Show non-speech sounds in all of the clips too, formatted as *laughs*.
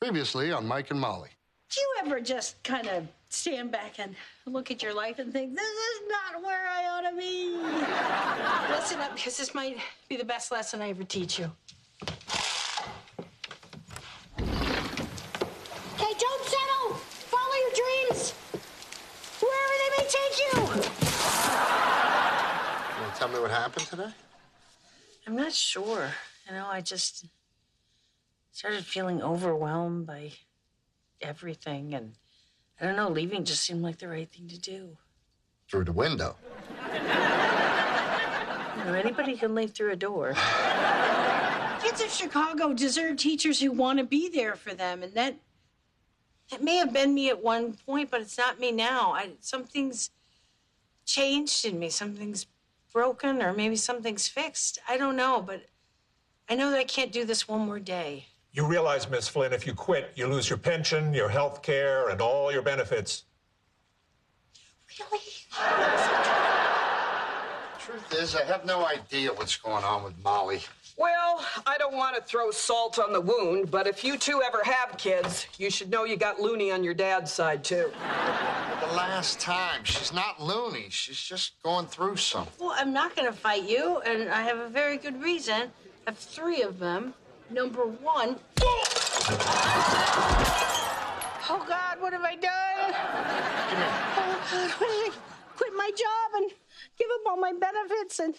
Previously on Mike and Molly. Do you ever just kind of stand back and look at your life and think, this is not where I ought to be? Listen up, because this might be the best lesson I ever teach you. Hey, don't settle! Follow your dreams! Wherever they may take you! You want to tell me what happened today? I'm not sure. You know, I just started feeling overwhelmed by everything, and I don't know, leaving just seemed like the right thing to do. Through the window. You know, anybody can leave through a door. Kids of Chicago deserve teachers who want to be there for them, and that that may have been me at one point, but it's not me now. I, something's changed in me. Something's broken, or maybe something's fixed. I don't know, but I know that I can't do this one more day. You realize, Miss Flynn, if you quit, you lose your pension, your health care, and all your benefits. Really? Truth is, I have no idea what's going on with Molly. Well, I don't want to throw salt on the wound, but if you two ever have kids, you should know you got Looney on your dad's side, too. The last time, she's not loony. She's just going through something. Well, I'm not going to fight you, and I have a very good reason. I have three of them. Number one. Oh God, what have I done? Oh God, what did I quit my job and give up all my benefits and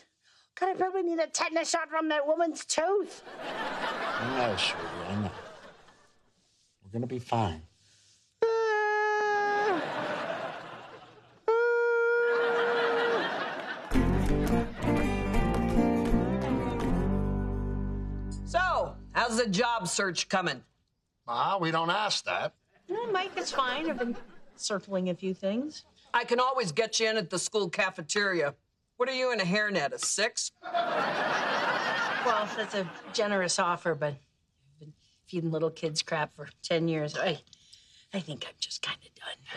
God, I probably need a tetanus shot from that woman's tooth. I know, sweetie. I know. We're gonna be fine. Uh, So, how's the job search coming? Ma, we don't ask that. No, Mike, it's fine. I've been circling a few things. I can always get you in at the school cafeteria. What are you in a hairnet, a six? Well, that's a generous offer, but I've been feeding little kids crap for 10 years. I, I think I'm just kind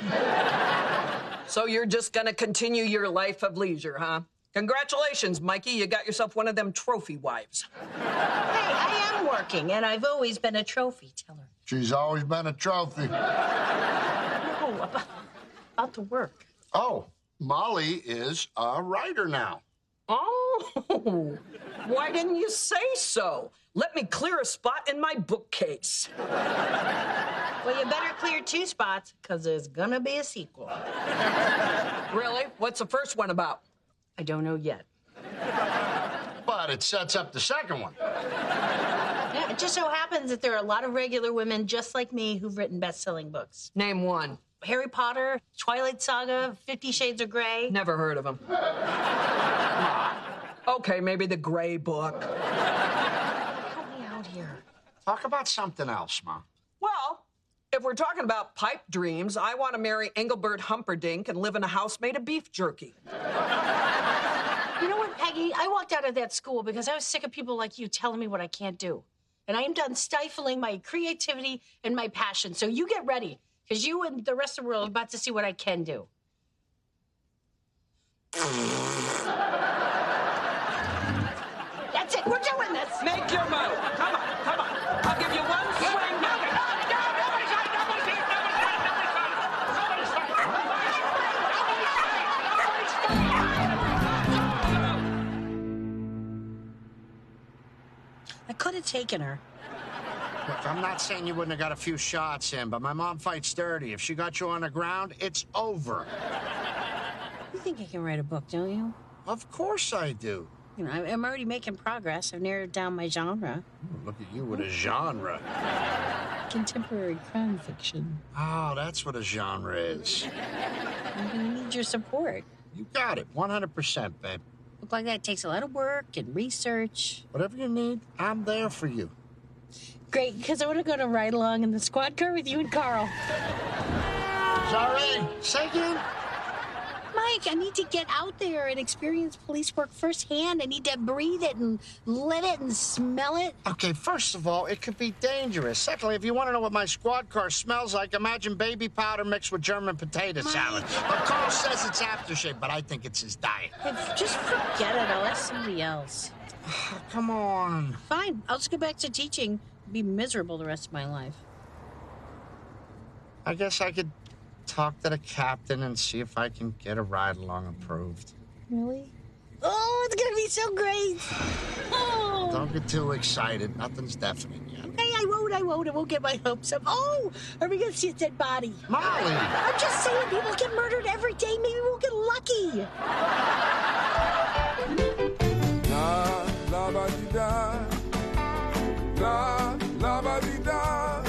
of done. So you're just gonna continue your life of leisure, huh? Congratulations, Mikey. You got yourself one of them trophy wives. Hey, I am working, and I've always been a trophy teller. She's always been a trophy. No, about, about the work. Oh, Molly is a writer now. Oh, *laughs* why didn't you say so? Let me clear a spot in my bookcase. Well, you better clear two spots, because there's gonna be a sequel. Really? What's the first one about? I don't know yet. But it sets up the second one. Yeah, it just so happens that there are a lot of regular women just like me who've written best selling books Name one. Harry Potter, Twilight Saga, Fifty Shades of Grey. Never heard of him. okay, maybe the Gray Book. Help me out here. Talk about something else, Ma. Well, if we're talking about pipe dreams, I want to marry Engelbert Humperdinck and live in a house made of beef jerky. You know what, Peggy? I walked out of that school because I was sick of people like you telling me what I can't do. And I am done stifling my creativity and my passion. So you get ready, because you and the rest of the world are about to see what I can do. *laughs* That's it. We're doing this. Make your move. Come on, come on. I'll give you one swing. Knock it off. I could have taken her. Look, I'm not saying you wouldn't have got a few shots in, but my mom fights dirty. If she got you on the ground, it's over. You think I can write a book, don't you? Of course I do. You know, I- I'm already making progress. I've narrowed down my genre. Look at you with a genre. Contemporary crime fiction. Oh, that's what a genre is. I'm gonna need your support. You got it, 100%, babe. Look like that takes a lot of work and research. Whatever you need, I'm there for you. Great, because I want to go to ride along in the squad car with you and Carl. Sorry, say again. Mike, I need to get out there and experience police work firsthand. I need to breathe it and live it and smell it. Okay, first of all, it could be dangerous. Secondly, if you want to know what my squad car smells like, imagine baby powder mixed with German potato salad. But Carl says it's aftershave, but I think it's his diet. Just forget it. I'll ask somebody else. Oh, Come on. Fine, I'll just go back to teaching. Be miserable the rest of my life. I guess I could talk to the captain and see if I can get a ride along approved. Really? Oh, it's gonna be so great. Oh, Don't get too excited. Nothing's definite yet. okay, I won't, I won't, I won't get my hopes up. Oh, are we gonna see a dead body? Molly! I'm just saying, people get murdered every day. Maybe we'll get lucky. La la ba di da. La la ba di da.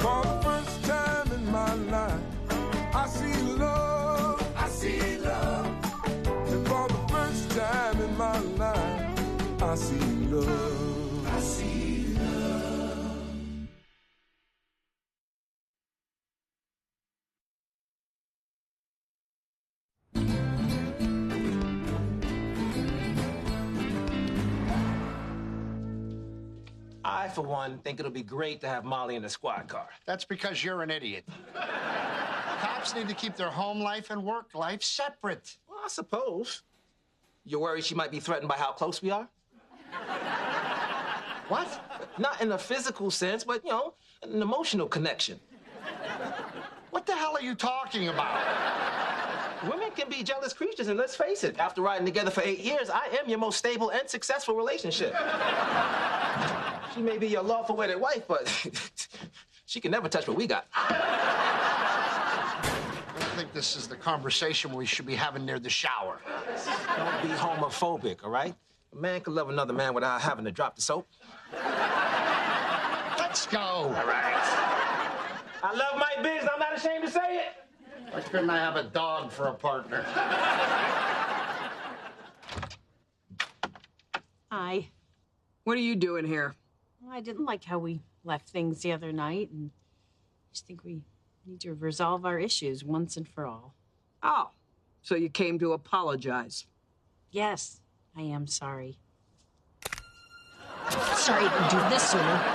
For the first time in my life, I see love. I see love. And for the first time in my life, I see love. I see love. I, for one, think it'll be great to have Molly in the squad car. That's because you're an idiot. Cops need to keep their home life and work life separate. Well, I suppose. You're worried she might be threatened by how close we are? *laughs* What? Not in a physical sense, but, you know, an emotional connection. What the hell are you talking about? Women can be jealous creatures, and let's face it, after riding together for eight years, I am your most stable and successful relationship. she may be your lawful wedded wife, but *laughs* she can never touch what we got. I think this is the conversation we should be having near the shower. Don't be homophobic, all right? A man can love another man without having to drop the soap. Let's go. All right. I love my business. I'm not ashamed to say it. Why couldn't I have a dog for a partner? Hi. What are you doing here? I didn't like how we left things the other night, and I just think we need to resolve our issues once and for all. Oh, so you came to apologize. Yes, I am sorry. Sorry I didn't do this *laughs* sooner.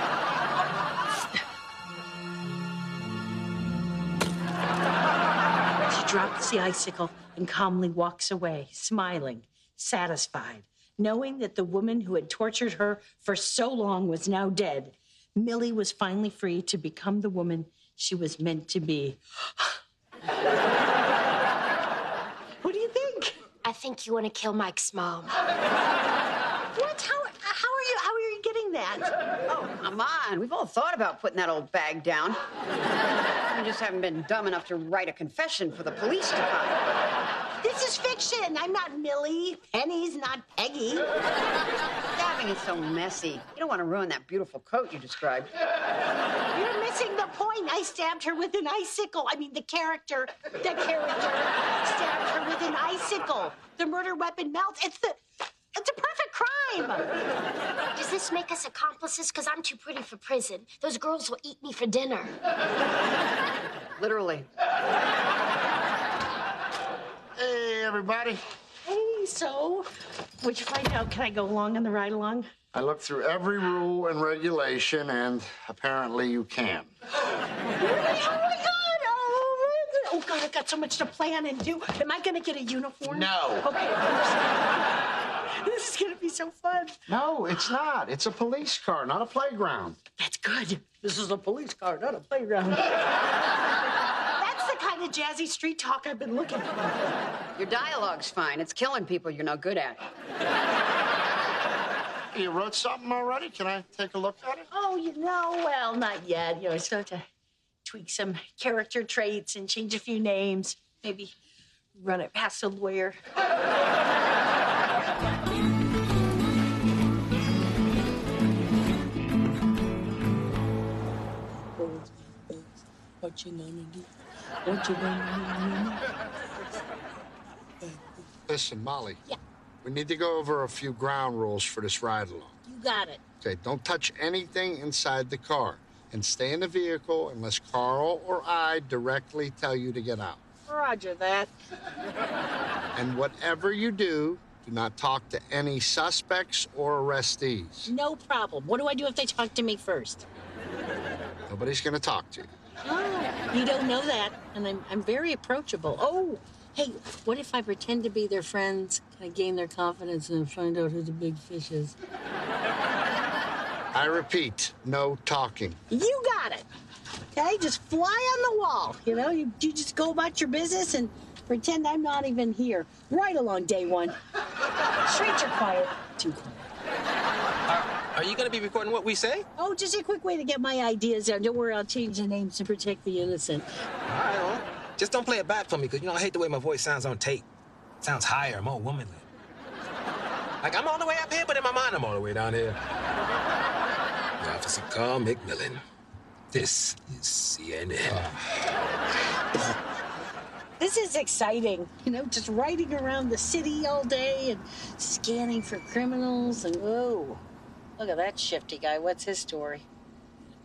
She drops the icicle and calmly walks away, smiling, satisfied, knowing that the woman who had tortured her for so long was now dead. Millie was finally free to become the woman she was meant to be. *gasps* what do you think? I think you want to kill Mike's mom. What? How, how are you? How are you getting that? Oh, Come on, we've all thought about putting that old bag down. We just haven't been dumb enough to write a confession for the police department. This is fiction. I'm not Millie. Penny's not Peggy. Stabbing is so messy. You don't want to ruin that beautiful coat you described. You're missing the point. I stabbed her with an icicle. I mean, the character, the character stabbed her with an icicle. The murder weapon melts. It's the, it's a perfect crime. Does this make us accomplices? Because I'm too pretty for prison. Those girls will eat me for dinner. Literally. Hey, everybody. Hey, so, what'd you find out? Can I go along on the ride along? I looked through every rule and regulation, and apparently you can. Oh my god! Oh my god! Oh god! I got so much to plan and do. Am I gonna get a uniform? No. Okay. *laughs* I'm just- This is gonna be so fun. No, it's not. It's a police car, not a playground. That's good. This is a police car, not a playground. That's the kind of jazzy street talk I've been looking for. Your dialogue's fine. It's killing people you're no good at. You wrote something already? Can I take a look at it? Oh, you know, well, not yet. You know, I still have to tweak some character traits and change a few names. Maybe run it past a lawyer. Listen, Molly. Yeah. We need to go over a few ground rules for this ride along. You got it. Okay, don't touch anything inside the car and stay in the vehicle unless Carl or I directly tell you to get out. Roger that. And whatever you do, do not talk to any suspects or arrestees. No problem. What do I do if they talk to me first? Nobody's going to talk to you. Oh, you don't know that. And I'm, I'm very approachable. Oh, hey, what if I pretend to be their friends? Can I gain their confidence and find out who the big fish is? I repeat, no talking. You got it. Okay, just fly on the wall. You know, you, you just go about your business and pretend I'm not even here. Right along day one. Straight are quiet. Too quiet. Are you going to be recording what we say? Oh, just a quick way to get my ideas down. Don't worry, I'll change the names to protect the innocent. All right, all right. Just don't play it back for me, because, you know, I hate the way my voice sounds on tape. sounds higher, more womanly. Like, I'm all the way up here, but in my mind, I'm all the way down here. Now, Officer Carl McMillan, this is CNN. This is exciting. You know, just riding around the city all day and scanning for criminals and whoa. Look at that shifty guy. What's his story?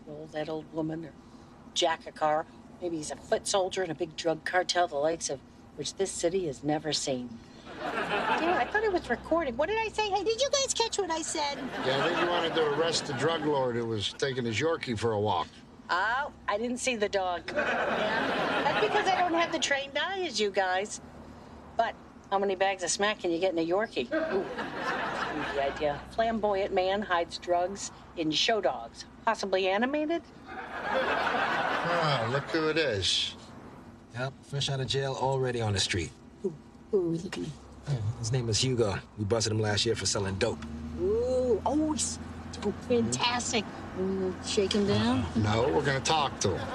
Well, that old woman or jack a car. Maybe he's a foot soldier in a big drug cartel, the likes of which this city has never seen. Yeah, I thought it was recording. What did I say? Hey, did you guys catch what I said? Yeah, I think you wanted to arrest the drug lord who was taking his Yorkie for a walk. Oh, I didn't see the *laughs* dog. That's because I don't have the trained eye as you guys. But how many bags of smack can you get in a Yorkie? Ooh, the idea. Flamboyant man hides drugs in show dogs, possibly animated. Ah, look who it is. Yep, fresh out of jail, already on the street. Who are we looking at? His name is Hugo. We busted him last year for selling dope. Ooh, oh, he's oh, fantastic. Ooh, Shake him down. No, we're gonna talk to him.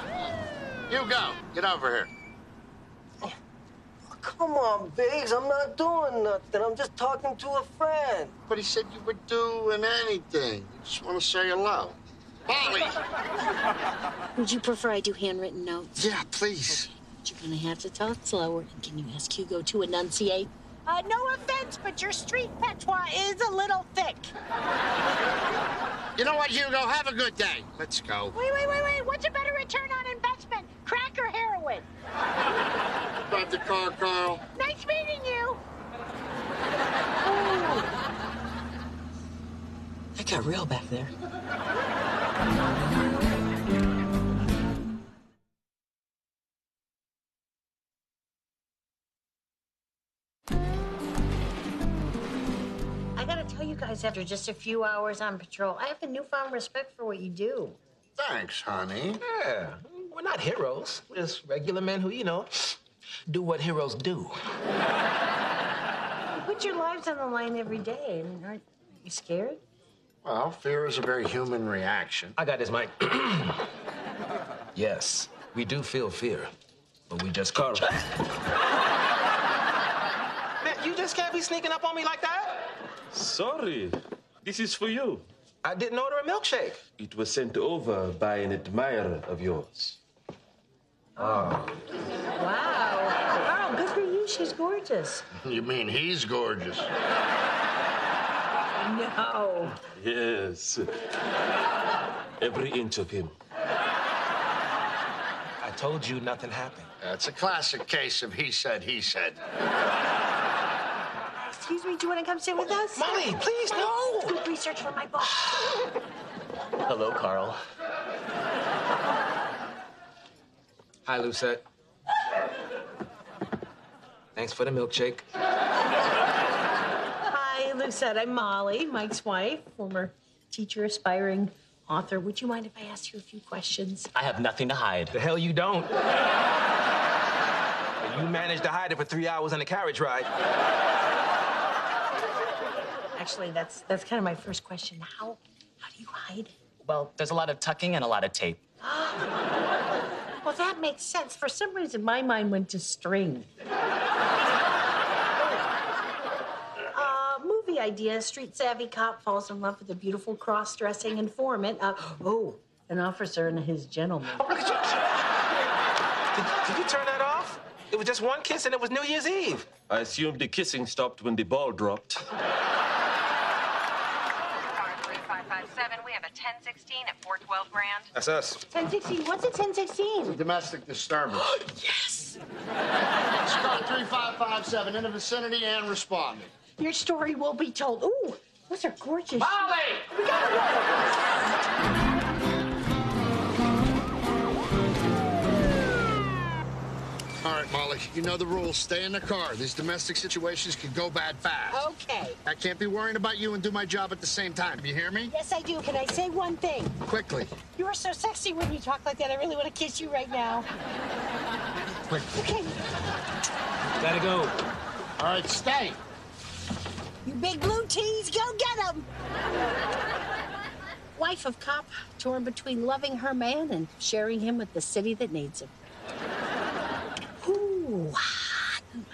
You go. Get over here. Come on, Biggs. I'm not doing nothing. I'm just talking to a friend. But he said you were doing anything. You just want to say hello. Polly. Would you prefer I do handwritten notes? Yeah, please. But You're gonna have to talk slower. And can you ask Hugo to enunciate? Uh, no offense, but your street patois is a little thick. You know what, Hugo? Have a good day. Let's go. Wait, wait, wait, wait. What's a better return on investment, crack or heroin? Drive the car, Carl. Nice meeting you. It got real back there. I gotta tell you guys, after just a few hours on patrol, I have a newfound respect for what you do. Thanks, honey. Yeah, we're not heroes. We're just regular men who, you know, do what heroes do. You put your lives on the line every day, and aren't you scared? Well, fear is a very human reaction. I got this, Mike. *clears throat* yes, we do feel fear, but we just cover. Man, you just can't be sneaking up on me like that. Sorry. This is for you. I didn't order a milkshake. It was sent over by an admirer of yours. Wow. Carl, good for you. She's gorgeous. You mean he's gorgeous? No. Yes. Every inch of him. I told you nothing happened. That's a classic case of he said, he said. Excuse me, do you want to come sit with us? Molly, please, no! Good research for my book. Hello, Carl. Hi, Lucette. Thanks for the milkshake. Hi, Lucette. I'm Molly, Mike's wife, former teacher, aspiring author. Would you mind if I asked you a few questions? I have nothing to hide. The hell you don't. And you managed to hide it for three hours on the carriage ride. Actually, that's that's kind of my first question. How how do you hide? Well, there's a lot of tucking and a lot of tape. Well, that makes sense. For some reason, my mind went to string. uh, movie idea: street savvy cop falls in love with a beautiful cross-dressing informant. Uh, oh, an officer and his gentleman. Did, did you turn that off? It was just one kiss and it was New Year's Eve. I assumed the kissing stopped when the ball dropped. Car 3557, we have a 1016 at 412 grand. That's us. 1016, what's a 1016? Domestic *gasps* disturbance. Yes. Star 3557 in the vicinity and responding. Your story will be told. Ooh, those are gorgeous. All right, Molly. Charlie, you know the rules. Stay in the car. These domestic situations can go bad fast. Okay. I can't be worrying about you and do my job at the same time. You hear me? Yes, I do. Can I say one thing? Quickly. You are so sexy when you talk like that. I really want to kiss you right now. Quick. Okay. Gotta go. All right, stay. You big blue tees, go get 'em. Wife of cop, torn between loving her man and sharing him with the city that needs him. Ooh, ah, I'm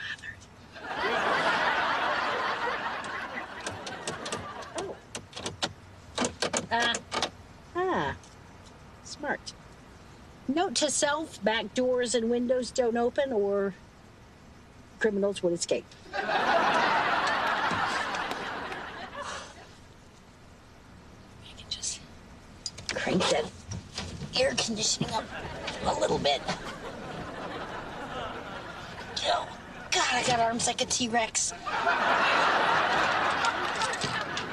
bothered. Oh. Ah, ah, smart. Note to self: back doors and windows don't open, or criminals would escape. crank that air conditioning up a little bit. Oh, God, I got arms like a T Rex.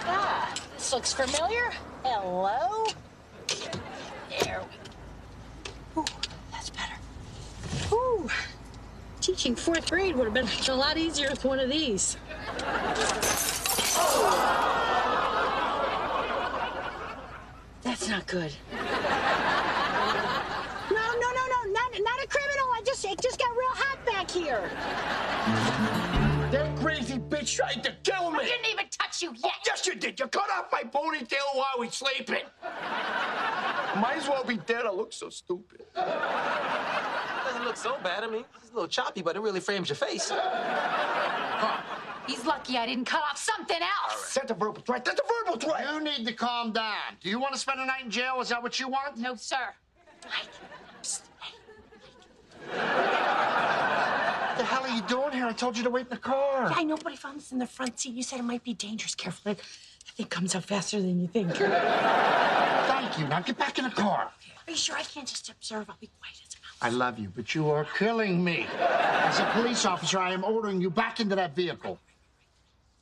Ah, this looks familiar. Hello? There we go. Ooh, that's better. Ooh, teaching fourth grade would have been a lot easier with one of these. That's not good. No, no, no, no, not, not a criminal. I just, it just got real hot back here. That crazy bitch tried to kill me. Oh, I didn't even touch you yet. Yes, you did. You cut off my ponytail while I was sleeping. Might as well be dead. I look so stupid. doesn't look so bad. I mean, it's a little choppy, but it really frames your face. He's lucky I didn't cut off something else. That's a verbal threat. That's a verbal threat. You need to calm down. Do you want to spend a night in jail? Is that what you want? No, sir. What the hell are you doing here? I told you to wait in the car. Yeah, I know, but I found this in the front seat. You said it might be dangerous. Careful, that, that thing comes out faster than you think. Thank you. Now get back in the car. Are you sure I can't just observe? I'll be quiet as a mouse. I love you, but you are killing me. As a police officer, I am ordering you back into that vehicle.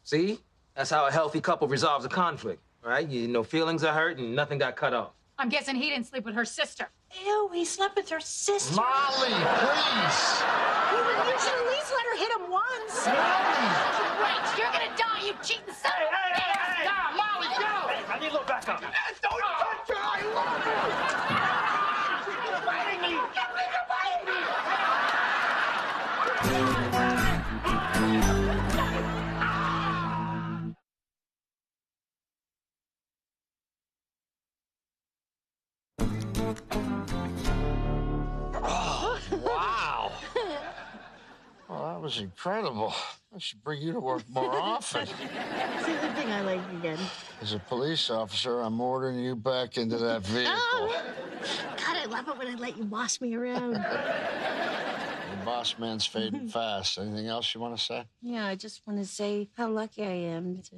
See? That's how a healthy couple resolves a conflict, all right? You no feelings are hurt and nothing got cut off. I'm guessing he didn't sleep with her sister. Ew, he slept with her *laughs* sister. Molly, please. You, you should at least let her hit him once. Right, you're gonna die, you cheating son of a bitch. God, Molly, go! Hey, I need a little backup. Don't touch her. I love you. You're biting me. You're biting me. *laughs* Wow. Well, that was incredible. I should bring you to work more often. This is the thing I like again. As a police officer, I'm ordering you back into that vehicle. Oh. God, I love it when I let you boss me around. The boss man's fading fast. Anything else you want to say? Yeah, I just want to say how lucky I am to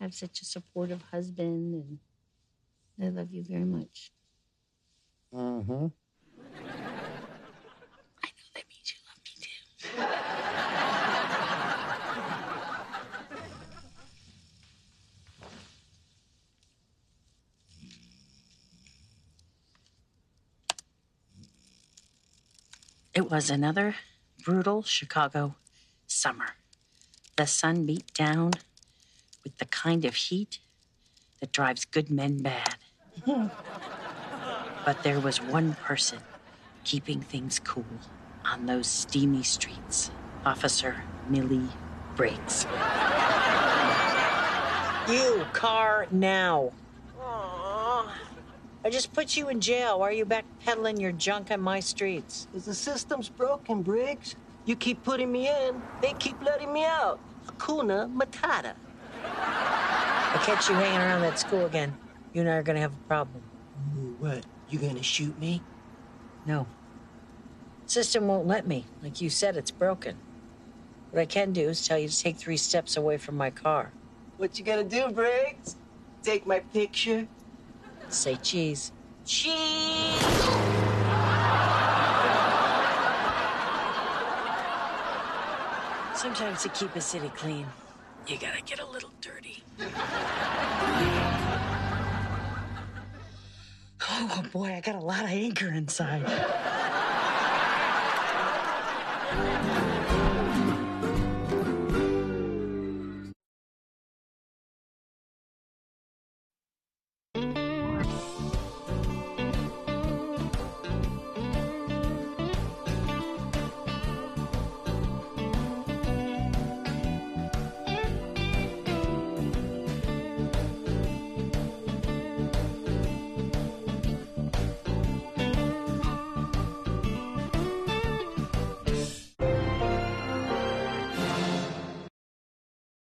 have such a supportive husband, and I love you very much. Mm-hmm. It was another brutal Chicago summer. The sun beat down with the kind of heat that drives good men bad. but there was one person keeping things cool on those steamy streets Officer Millie Briggs. *laughs* you, car, now. I just put you in jail. Why are you back peddling your junk on my streets? Because the system's broken, Briggs. You keep putting me in, they keep letting me out. Hakuna Matata. I'll catch you hanging around that school again. You and I are gonna have a problem. What? You gonna shoot me? No. System won't let me. Like you said, it's broken. What I can do is tell you to take three steps away from my car. What you gonna do, Briggs? Take my picture? Say cheese. Cheese! Sometimes to keep a city clean, you gotta get a little dirty. Oh boy, I got a lot of anchor inside.